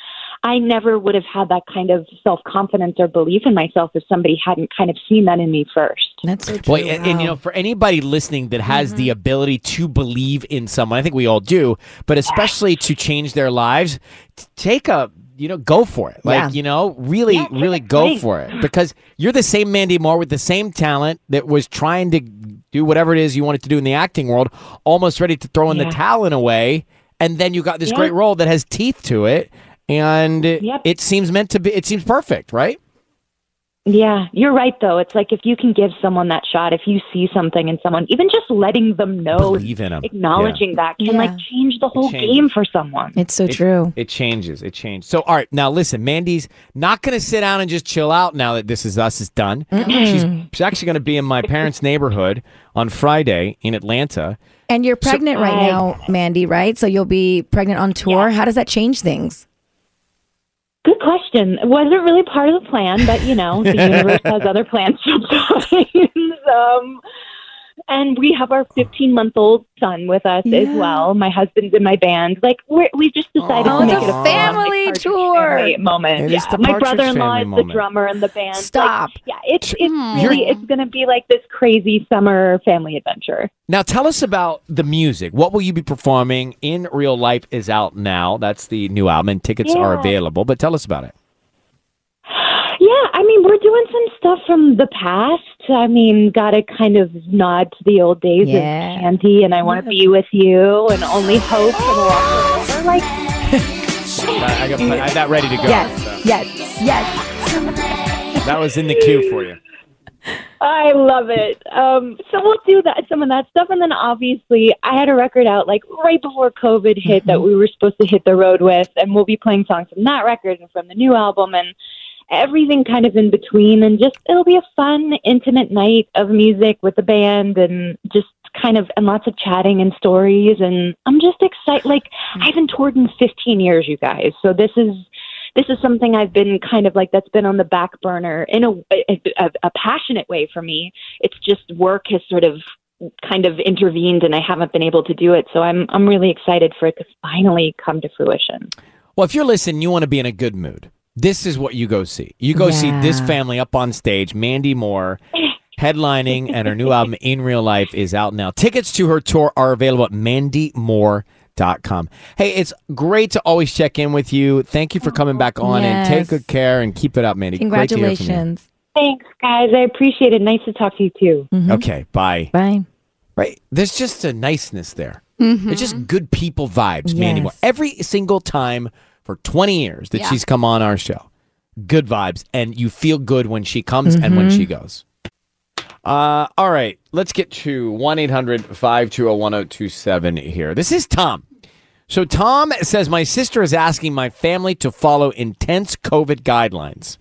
S9: I never would have had that kind of self confidence or belief in myself if somebody hadn't kind of seen that in me first.
S6: That's so
S3: Boy, and, and, you know, for anybody listening that has the ability to believe in someone, I think we all do, but especially to change their lives, t- take a you know, go for it. Like,
S14: Yeah.
S3: you know, really, really go
S14: swing.
S3: for it. Because you're the same Mandy Moore with the same talent that was trying to do whatever it is you wanted to do in the acting world, almost ready to throw in
S9: Yeah.
S3: the towel in a way. And then you got this
S9: Yeah.
S3: great role that has teeth to it. And it seems meant to be, it seems perfect, right?
S9: Yeah, you're right though. It's like if you can give someone that shot, if you see something in someone, even just letting them know,
S3: Believe in 'em.
S9: acknowledging
S3: Yeah.
S9: that can like change the whole
S3: changes.
S9: game for someone.
S6: It's so
S3: It- It changes. It changes. So, all right, now listen, Mandy's not going to sit down and just chill out now that This Is Us is done. She's, she's actually going to be in my parents' neighborhood on Friday in Atlanta.
S6: And you're pregnant right now, Mandy, right? So you'll be pregnant on tour. How does that change things?
S9: Good question. It wasn't really part of the plan, but you know, the universe has other plans sometimes. um, and we have our 15 month old son with us as well. My husband's in my band. Like we're, we just decided
S6: Oh,
S9: to
S6: it's
S9: make
S6: a
S9: it a
S6: family tour.
S9: family moment.
S6: It
S9: yeah.
S6: is the
S9: my
S6: Partridge
S9: brother in law
S6: Family
S9: is
S6: moment.
S9: the drummer in the band. Like,
S6: Stop.
S9: yeah, it's it's really it's going to be like this crazy summer family adventure.
S3: Now, tell us about the music. What will you be performing? In Real Life is out now. That's the new album, and tickets are
S9: Yeah.
S3: available. But tell us about it.
S9: Yeah, I mean, we're doing some stuff from the past. I mean, got to kind of nod to the old days
S6: Yeah.
S9: of Shanty and I Want to Be With You and Only Hope and Walk Forever. Like,
S3: I, I got I had that ready to go.
S6: Yes, yes, yes.
S3: That was in the queue for you.
S9: I love it. Um, so we'll do that, some of that stuff. And then obviously, I had a record out like right before COVID hit that we were supposed to hit the road with. And we'll be playing songs from that record and from the new album and everything kind of in between. And just it'll be a fun, intimate night of music with the band and just kind of and lots of chatting and stories. And I'm just excited. Like, I haven't toured in 15 years, you guys. So this is this is something I've been kind of like that's been on the back burner in a, a, a, a passionate way for me. It's just work has sort of kind of intervened and I haven't been able to do it. So I'm I'm really excited for it to finally come to fruition.
S3: Well, if you're listening, you want to be in a good mood. This is what you go see. You go see this
S9: Yeah.
S3: family up on stage, Mandy Moore headlining, and her new album, In Real Life, is out now. Tickets to her tour are available at mandymoore.com. Hey, it's great to always check in with you. Thank you for coming back on
S9: Yes.
S3: and take good care and keep it up, Mandy. Great to hear from you.
S9: Thanks guys. I appreciate it. Nice to talk to you too.
S3: Okay, bye.
S6: Bye.
S3: Right. There's just a niceness there.
S9: Mhm.
S3: It's just good people vibes, Mandy Moore. Every single time for 20 years that
S12: Yeah.
S3: she's come on our show, good vibes. And you feel good when she comes and when
S12: Mhm.
S3: she goes. Uh, all right. Let's get to 1 800 520 1027 here. This is Tom. So Tom says, My sister is asking my family to follow intense COVID guidelines.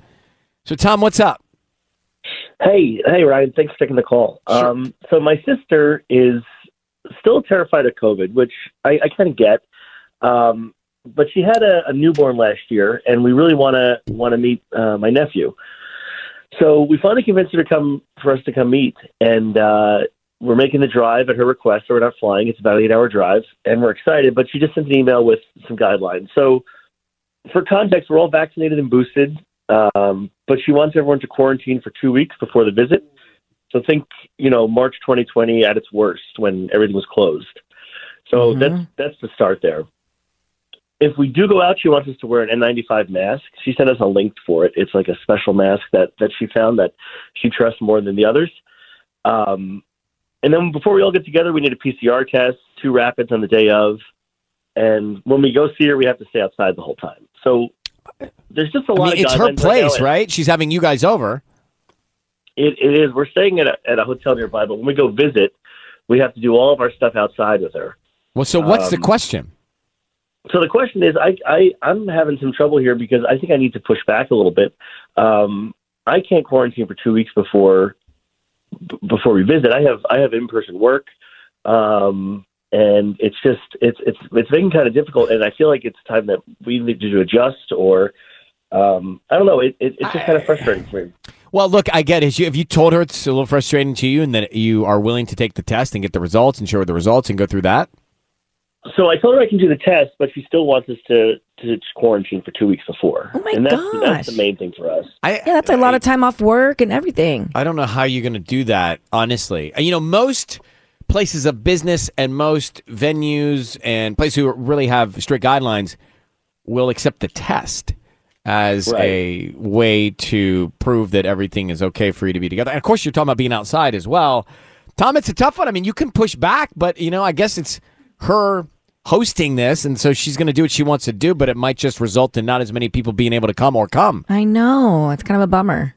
S3: So, Tom, what's up?
S13: Hey, hey, Ryan. Thanks for taking the call. Um, so my sister is still terrified of COVID, which I, I kind of get. Um, but she had a, a newborn last year, and we really want to want to meet uh, my nephew. So we finally convinced her to come for us to come meet, and uh, we're making the drive at her request. So we're not flying; it's about an eight-hour drive, and we're excited. But she just sent an email with some guidelines. So for context, we're all vaccinated and boosted, um, but she wants everyone to quarantine for two weeks before the visit. So think, you know, March 2020 at its worst when everything was closed.
S3: Mm-hmm.
S13: So that's that's the start there. If we do go out, she wants us to wear an N95 mask. She sent us a link for it. It's like a special mask that that she found that she trusts more than the others. Um, and then before we all get together, we need a PCR test, two rapids on the day of, and when we go see her, we have to stay outside the whole time. So there's just a
S3: I
S13: lot.
S3: mean,
S13: of
S3: it's her
S13: guidelines right now,
S3: place,
S13: and-
S3: right? She's having you guys over.
S13: it, it is. We're staying at a, at a hotel nearby, but when we go visit, we have to do all of our stuff outside with her.
S3: Well, so what's the
S13: Um,
S3: question?
S13: So the question is, I, I I'm having some trouble here because I think I need to push back a little bit. Um, I can't quarantine for two weeks before b- before we visit. I have I have in person work, um, and it's just it's it's it's been kind of difficult. And I feel like it's time that we need to adjust or. Um, I don't know. It, it, it's just kind of frustrating for me.
S3: Well, look, I get it. You- If you told her it's a little frustrating to you and that you are willing to take the test and get the results and show her the results and go through that,
S13: So I told her I can do the test, but she still wants us to to quarantine for two weeks before. Oh my and that's, that's the
S6: gosh.
S13: main thing for us.
S3: I,
S6: Yeah, that's a lot of time off work and everything.
S3: I don't know how you're going to do that, honestly. Uh, You know, most places of business and most venues and places who really have strict guidelines will accept the test as a way to prove that everything is okay for you to be together. And of course, you're talking about being outside as well. Tom, it's a tough one. I mean, you can push back, but, you know, I guess it's her hosting this. And so she's going to do what she wants to do, but it might just result in not as many people being able to come or come.
S6: I know. It's kind of a bummer.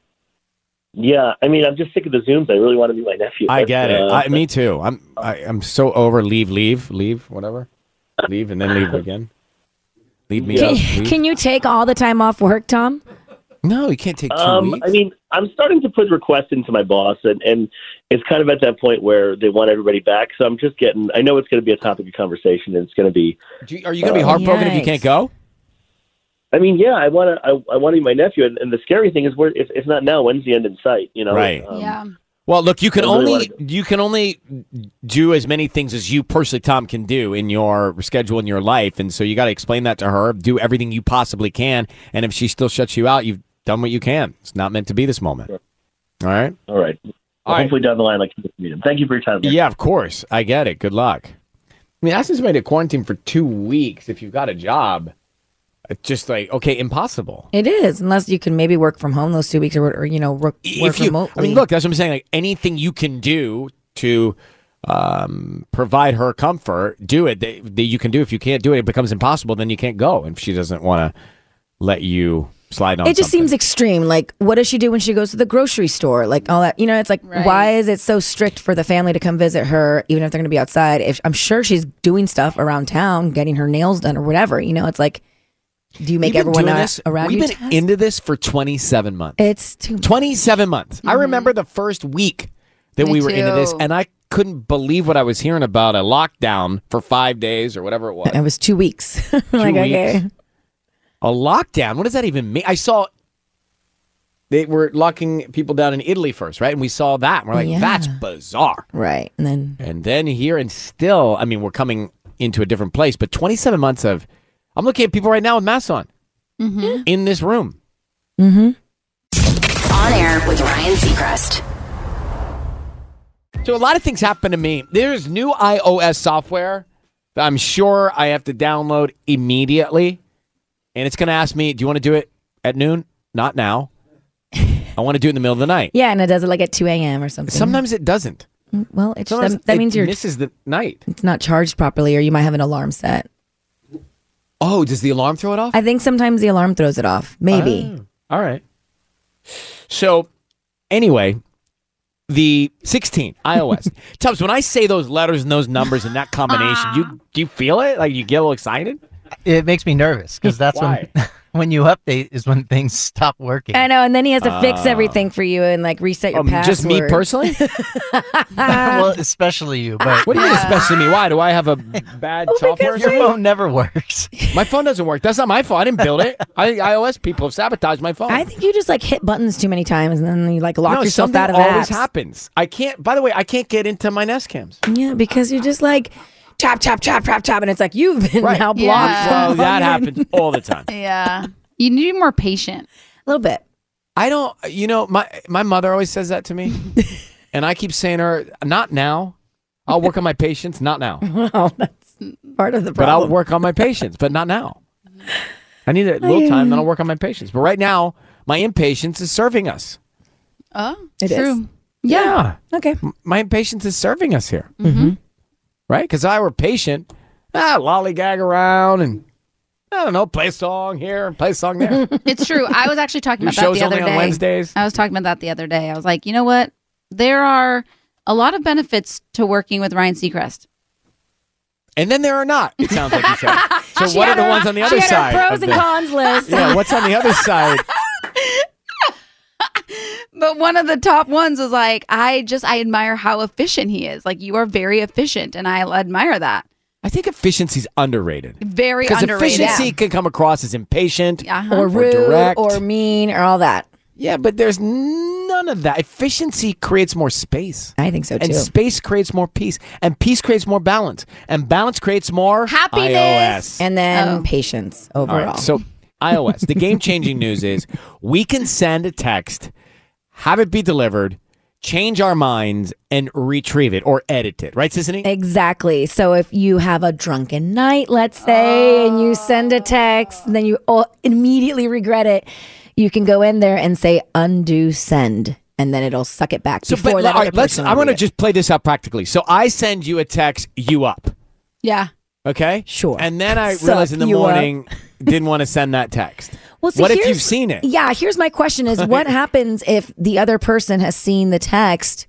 S13: Yeah, I mean, I'm just sick of the Zooms. I really want to meet my nephew.
S3: I
S13: That's,
S3: get it.
S13: uh,
S3: I, me too. I'm I, I'm so over leave, leave, leave, whatever. Leave and then leave again. Leave me.
S6: Can,
S3: up, leave.
S6: can you take all the time off work, Tom?
S3: No, you can't take two
S13: um,
S3: weeks.
S13: I mean, I'm starting to put requests into my boss, and, and it's kind of at that point where they want everybody back. So I'm just getting. I know it's going to be a topic of conversation, and it's going to be. uh,
S3: Do you- are you going to be heartbroken if you can't go?
S13: I mean, yeah, I want to. I, I want to meet my nephew, and, and the scary thing is, where if, if not now, when's the end in sight? You know,
S3: Right.
S13: Um,
S5: yeah.
S3: Well, look, you can
S13: I really
S3: only
S13: wanna
S3: you can only do as many things as you personally, Tom, can do in your schedule in your life, and so you got to explain that to her. Do everything you possibly can, and if she still shuts you out, you've done what you can. It's not meant to be this moment. All right.
S13: All right. Well,
S3: All right.
S13: Hopefully, down the line, I can get to meet him. Thank you for your time. man.
S3: Yeah, of course. I get it. Good luck. I mean, asking somebody to quarantine for two weeks if you've got a job, it's just like okay, impossible.
S6: It is, unless you can maybe work from home those two weeks or, or you know work, work
S3: if you,
S6: remotely.
S3: I mean, look, that's what I'm saying. Like anything you can do to um, provide her comfort, do it. That, that you can do. If you can't do it, it becomes impossible. Then you can't go. And if she doesn't want to let you slide on,
S6: it just
S3: something.
S6: seems extreme. Like, what does she do when she goes to the grocery store? Like all that, you know? It's like, why is it so strict for the family to come visit her, even if they're going to be outside? If I'm sure she's doing stuff around town, getting her nails done or whatever. You know, it's like, do you make
S3: We've been
S6: everyone
S3: doing
S6: a-
S3: this-
S6: around
S3: We've
S6: you?
S3: been into this for 27 months.
S6: It's too Mm-hmm.
S3: 27 months. I remember the first week that
S6: Me
S3: we were into this,
S6: too.
S3: and I couldn't believe what I was hearing about a lockdown for five days or whatever it was.
S6: it was two weeks. like,
S3: weeks.
S6: okay.
S3: A lockdown? What does that even mean? I saw they were locking people down in Italy first, right? And we saw that. And we're like,
S6: Yeah.
S3: that's bizarre.
S6: Right. And then
S3: And then here and still, I mean, we're coming into a different place, but 27 months of, I'm looking at people right now with masks on
S2: Mm-hmm.
S3: in this room.
S2: On air with Ryan Seacrest.
S3: So a lot of things happen to me. There's new iOS software that I'm sure I have to download immediately. And it's going to ask me, do you want to do it at noon? Not now. I want to do it in the middle of the night.
S6: yeah, and it does it like at two a.m. or something. Mm,
S3: Sometimes it doesn't.
S6: Well, it's
S3: Sometimes
S6: that, that
S3: it
S6: means you're
S3: misses the night.
S6: it's not charged properly, or you might have an alarm set.
S3: Oh, does the alarm throw it off? Ah,
S6: I think sometimes the alarm throws it off. Maybe.
S3: All right. So, anyway, the 16 iOS. Tubbs, when I say those letters and those numbers and that
S6: Ah.
S3: combination, you do you feel it? Like you get a little excited?
S12: It makes me nervous because that's when when you update is when things stop working.
S6: I know, and then he has to fix
S3: Uh.
S12: Ah.
S6: everything for you and like reset your
S12: Um,
S6: password.
S12: just me
S3: personally?
S12: well, especially you. But
S3: what do you mean, especially me? Why do I have a bad
S6: Oh
S3: software?
S12: Your phone never works.
S3: My phone doesn't work. That's not my fault. I didn't build it. I, iOS people have sabotaged my phone.
S6: I think you just like hit buttons too many times, and then you like lock
S3: Oh. no,
S6: yourself
S3: something
S6: out of
S3: always
S6: apps.
S3: happens. I can't. By the way, I can't get into my Nest cams.
S6: Yeah, because you're just like tap tap tap tap tap, and it's like you've been now blocked.
S5: Yeah.
S3: Well,
S6: from
S3: that
S6: logging.
S3: happens all the time.
S5: Yeah. You need to be more patient.
S6: A little bit.
S3: I don't. You know, my my mother always says that to me, and I keep saying to her, "Not now. I'll work on my patience. Not now.
S6: Well, that's part of the
S3: But I'll
S6: problem.
S3: work on my patience. But not now. I need a little time. Then I'll work on my patience. But right now, my impatience is serving us.
S5: Oh,
S6: It is.
S5: true.
S3: Yeah.
S6: Okay.
S3: My impatience is serving us here. Mm-hmm. Right? Because I were patient, ah, lollygag around and I don't know, play a song here and play a song there.
S5: It's true. I was actually talking
S3: Your
S5: about that
S3: show's
S5: the other
S3: only on
S5: day.
S3: Wednesdays?
S5: I was talking about that the other day. I was like, you know what? There are a lot of benefits to working with Ryan Seacrest.
S3: and then there are not, it sounds like you said. So what are the ones on the other side? of the-
S6: list.
S3: Yeah, what's on the other side?
S5: But one of the top ones was like, I just I admire how efficient he is. Like you are very efficient, and I admire that.
S3: I think efficiency's underrated.
S5: Very
S3: Because
S5: underrated.
S3: efficiency can come across as impatient
S5: Uh-huh.
S6: or rude
S3: direct.
S6: or mean or all that.
S3: yeah, but there's none of that. Efficiency creates more space.
S6: I think so too.
S3: And space creates more peace, and peace creates more balance, and balance creates more iOS.
S6: and
S5: Oh.
S6: then patience
S3: All
S6: overall.
S3: right, so iOS. The game-changing news is we can send a text, have it be delivered, change our minds, and retrieve it or edit it. Right, Sissany?
S6: Exactly. So if you have a drunken night, let's say, and you send a text, and then you all immediately regret it, you can go in there and say undo send, and then it'll suck it back
S3: So,
S6: before
S3: but
S6: that
S3: all
S6: other
S3: right, let's.
S6: person
S3: I
S6: will
S3: want to
S6: read it.
S3: just play this out practically. So I send you a text, you up.
S5: Yeah.
S3: Okay. Sure. And then I
S6: Sup,
S3: realized in the
S6: you up.
S3: morning, didn't want to send that text.
S6: Well, see,
S3: what if
S6: here's-
S3: you've seen it?
S6: Yeah, here's my question: Is what happens if the other person has seen the text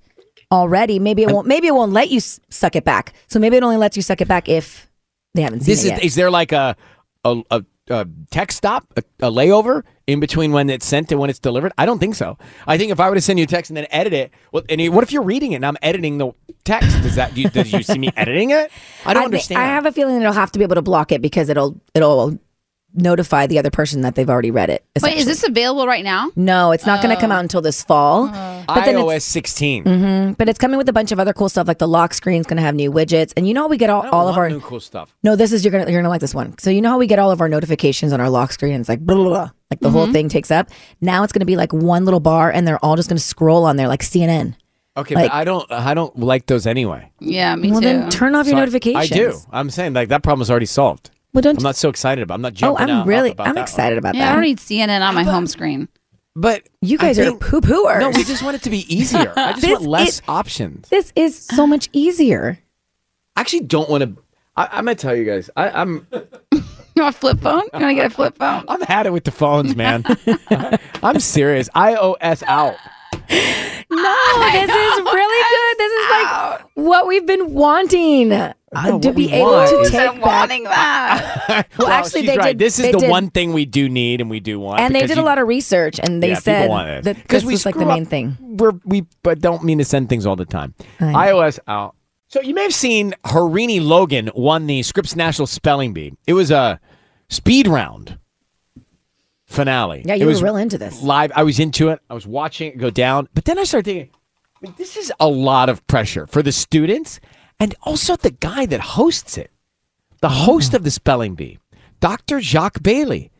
S6: already? Maybe it won't. Maybe it won't let you s- suck it back. So maybe it only lets you suck it back if they haven't seen
S3: This
S6: it
S3: is
S6: yet.
S3: is there like a a, a, a text stop, a, a layover in between when it's sent and when it's delivered? I don't think so. I think if I were to send you a text and then edit it, well, and you- what if you're reading it and I'm editing the text? Does that do you, does you see me editing it? I don't
S6: thi-
S3: understand.
S6: I have a feeling that it'll have to be able to block it because it'll it'll notify the other person that they've already read it.
S5: Wait, is this available right now?
S6: No, it's not going to come out until this fall. but then
S3: iOS
S6: it's,
S3: 16.
S6: hmm but it's coming with a bunch of other cool stuff, like the lock screen's going to have new widgets, and you know how we get all, all of
S3: Lot
S6: our.
S3: new cool stuff.
S6: No, this is you're gonna you're gonna like this one. So you know how we get all of our notifications on our lock screen? And it's like blah, blah, blah, like the whole
S3: Mhm.
S6: thing takes up. Now it's gonna be like one little bar, and they're all just gonna scroll on there like CNN.
S3: Okay,
S6: Like-
S3: but I don't I don't like those anyway.
S5: Yeah, me
S6: well,
S5: too.
S6: then turn off your
S3: So I-
S6: notifications.
S3: I do. I'm saying like that problem is already solved.
S6: Well, don't
S3: I'm not so excited about. I'm not
S6: Oh,
S3: jumping.
S6: I'm
S3: out- up
S6: really
S3: about
S6: I'm
S3: that
S6: excited
S3: one.
S6: about
S5: Yeah, I
S6: that.
S5: don't need CNN on my home screen.
S3: But
S6: you
S3: I
S6: guys are
S3: think-
S6: poo pooers.
S3: No, we just want it to be easier. I just
S6: This
S3: want less
S6: is-
S3: options.
S6: this is so much easier.
S3: I actually don't want to. I, I'm gonna tell you guys. I, I'm.
S5: You want a flip phone? You want to get a flip phone?
S3: I've had it with the phones, man. I'm serious. iOS out.
S6: No, this is really good. This is like what we've been wanting uh, to be able
S3: want
S6: to
S3: is-
S6: take back.
S3: well,
S6: actually,
S3: she's
S6: they
S3: right.
S6: did-
S3: This is
S6: they
S3: the
S6: did-
S3: one thing we do need, and we do want.
S6: And they
S3: because
S6: did
S3: you-
S6: a lot of research, and they
S3: Yeah, people
S6: said
S3: want it.
S6: that
S3: 'Cause
S6: this
S3: we
S6: was like the
S3: screw
S6: main
S3: up.
S6: thing.
S3: We're, we but don't mean to send things all the time.
S6: I know.
S3: iOS out. So you may have seen Harini Logan won the Scripps National Spelling Bee. It was a speed round finale.
S6: Yeah,
S3: It
S6: you were
S3: was
S6: real into this.
S3: Live. I was into it. I was watching it go down. But then I started thinking, "Man, this is a lot of pressure for the students and also the guy that hosts it. The host of the spelling bee, Dr. Jacques Bailey.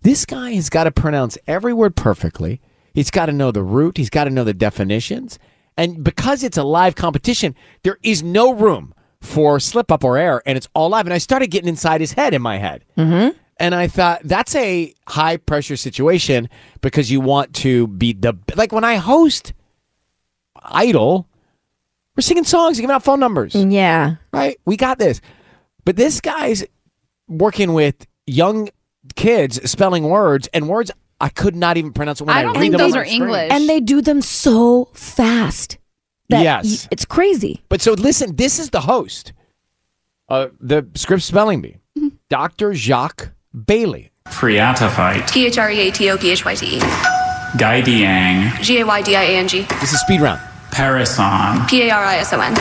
S3: This guy has got to pronounce every word perfectly. He's got to know the root. He's got to know the definitions. And because it's a live competition, there is no room for slip up or error, and it's all live. And I started getting inside his head in my head. Mm-hmm. And I thought that's a high pressure situation because you want to be the like when I host Idol, we're singing songs, giving out phone numbers.
S6: Yeah.
S3: Right? We got this. But this guy's working with young kids spelling words and words I could not even pronounce when I, read them on my screen.
S6: And they do them so fast. That
S3: Yes.
S6: y- it's crazy.
S3: But so listen, this is the host of the script spelling bee,
S6: Mm-hmm.
S3: Dr. Jacques Bailey.
S14: Phreatophyte.
S15: T H R E A T O P H Y T E.
S14: Gaidiang.
S15: G A Y D I A N G.
S3: This is speed round.
S14: Parasong.
S15: P A R I S O N.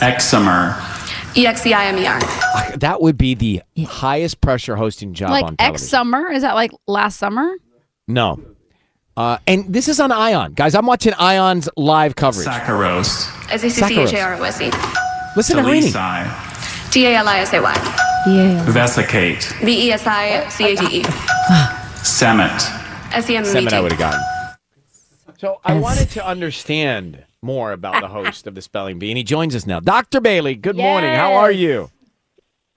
S14: Eczemer.
S15: E X E I M E R.
S3: That would be the highest pressure hosting job
S5: like
S3: on
S5: X
S3: television.
S5: summer? Is that like last summer?
S3: no. Uh, and this is on Ion. Guys, I'm watching Ion's live coverage.
S14: Saccharose.
S15: S A C C H A R O S E.
S3: Listen to Harini.
S14: Silicide.
S15: T A L I S A Y.
S6: Yeah.
S14: Vesicate.
S15: B E S I C A D E.
S14: Semet.
S15: S E M E
S3: Seven I
S15: T.
S3: would have gotten. So I wanted to understand more about the host of the spelling bee, and he joins us now. Dr. Bailey, good morning. How are you?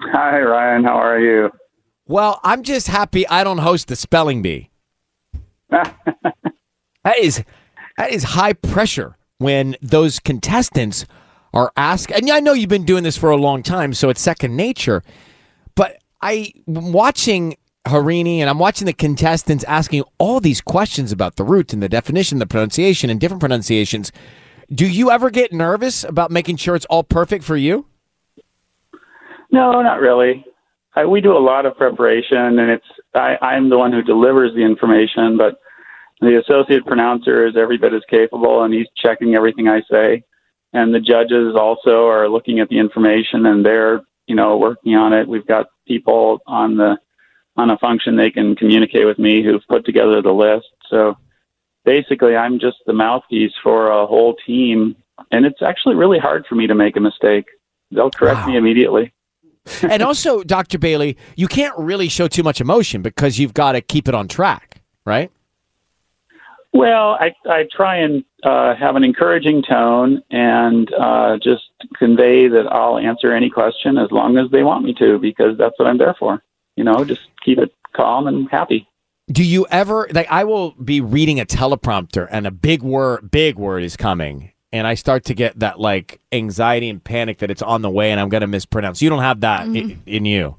S16: Hi, Ryan. How are you?
S3: Well, I'm just happy I don't host the spelling bee. that is that is high pressure when those contestants are asked. And I know you've been doing this for a long time, so it's second nature. But I- I'm watching Harini and I'm watching the contestants asking all these questions about the root and the definition, the pronunciation, and different pronunciations. Do you ever get nervous about making sure it's all perfect for you?
S16: No, not really. I, we do a lot of preparation, and it's I, I'm the one who delivers the information, but the associate pronouncer is every bit as capable, and he's checking everything I say. And the judges also are looking at the information, and they're you know working on it. We've got people on the on a function they can communicate with me who've put together the list. So basically, I'm just the mouthpiece for a whole team, and it's actually really hard for me to make a mistake. They'll correct me immediately.
S3: and also, Dr. Bailey, you can't really show too much emotion because you've got to keep it on track, right?
S16: Well, I, I try and uh, have an encouraging tone and uh, just convey that I'll answer any question as long as they want me to, because that's what I'm there for. You know, just keep it calm and happy.
S3: Do you ever like I will be reading a teleprompter and a big word big word is coming and I start to get that like anxiety and panic that it's on the way and I'm going to mispronounce. You don't have that i-
S16: Mhm.
S3: in you.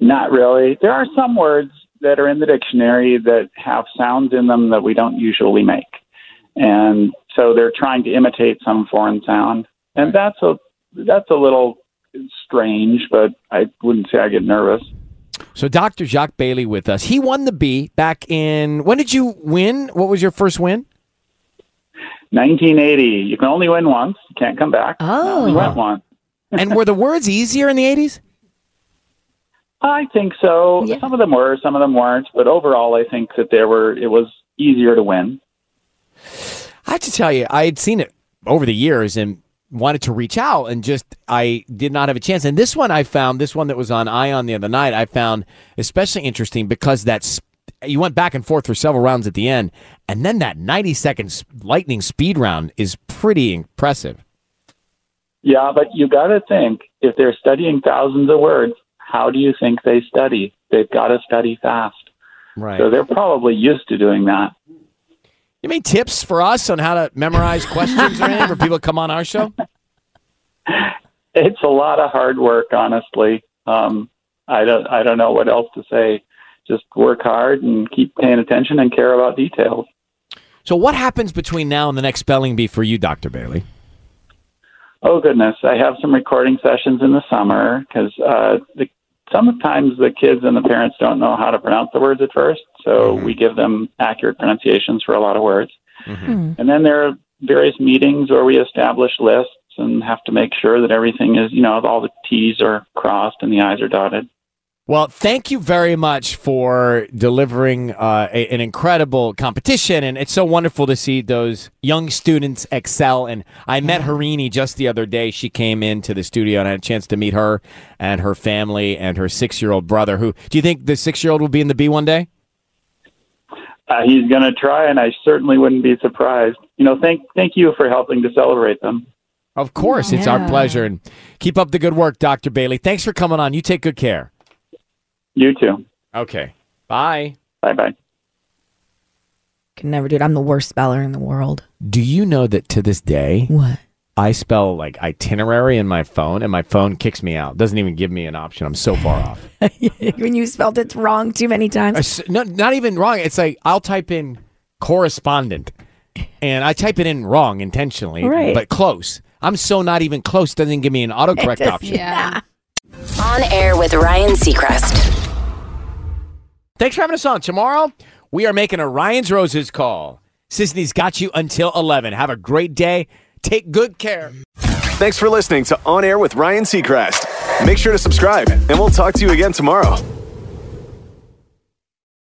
S16: Not really. There are some words that are in the dictionary that have sounds in them that we don't usually make. And so they're trying to imitate some foreign sound. And that's a that's a little strange, but I wouldn't say I get nervous.
S3: So Dr. Jacques Bailey with us. He won the B back in when did you win? What was your first win?
S16: 1980. You can only win once. You can't come back. Oh, you went once.
S3: and were the words easier in the 80s?
S16: I think so. Some of them were, some of them weren't, but overall, I think that there were. It was easier to win.
S3: I have to tell you, I had seen it over the years and wanted to reach out, and just I did not have a chance. And this one I found, this one that was on Ion the other night, I found especially interesting because that's you went back and forth for several rounds at the end, and then that ninety second s- lightning speed round is pretty impressive.
S16: Yeah, but you got to think if they're studying thousands of words, how do you think they study? They've got to study fast.
S3: Right.
S16: So they're probably used to doing that.
S3: You mean tips for us on how to memorize questions or anything for people that come on our show?
S16: It's a lot of hard work, honestly. Um, I don't. I don't know what else to say. Just work hard and keep paying attention and care about details.
S3: So what happens between now and the next spelling bee for you, Doctor Bailey?
S16: Oh goodness, I have some recording sessions in the summer because uh, the, sometimes the kids and the parents don't know how to pronounce the words at first, so we give them accurate pronunciations for a lot of words.
S17: Mm-hmm.
S16: And then there are various meetings where we establish lists and have to make sure that everything is, you know, all the T's are crossed and the I's are dotted.
S3: Well, thank you very much for delivering uh, a- an incredible competition, and it's so wonderful to see those young students excel. And I met Harini just the other day. She came into the studio, and I had a chance to meet her and her family and her six-year-old brother. Who do you think the six-year-old will be in the B one day?
S16: Uh, he's going to try, and I certainly wouldn't be surprised. You know, thank thank you for helping to celebrate them.
S3: Of course, it's our pleasure. And keep up the good work, Doctor Bailey. Thanks for coming on. You take good care.
S16: You too.
S3: Okay. Bye.
S16: Bye. Bye.
S6: Can never do it. I'm the worst speller in the world.
S3: Do you know that to this day?
S6: What?
S3: I spell like itinerary in my phone, and my phone kicks me out. Doesn't even give me an option. I'm so far off.
S6: when you spelled it wrong too many times.
S3: I s- no- not even wrong. It's like I'll type in correspondent, and I type it in wrong intentionally,
S2: Right.
S3: but close. I'm so not even close. Doesn't give me an autocorrect option.
S2: Yeah. On air with Ryan Seacrest.
S3: Thanks for having us on. Tomorrow, we are making a Ryan's Roses call. Sisney's got you until 11. Have a great day. Take good care.
S4: Thanks for listening to On Air with Ryan Seacrest. Make sure to subscribe, and we'll talk to you again tomorrow.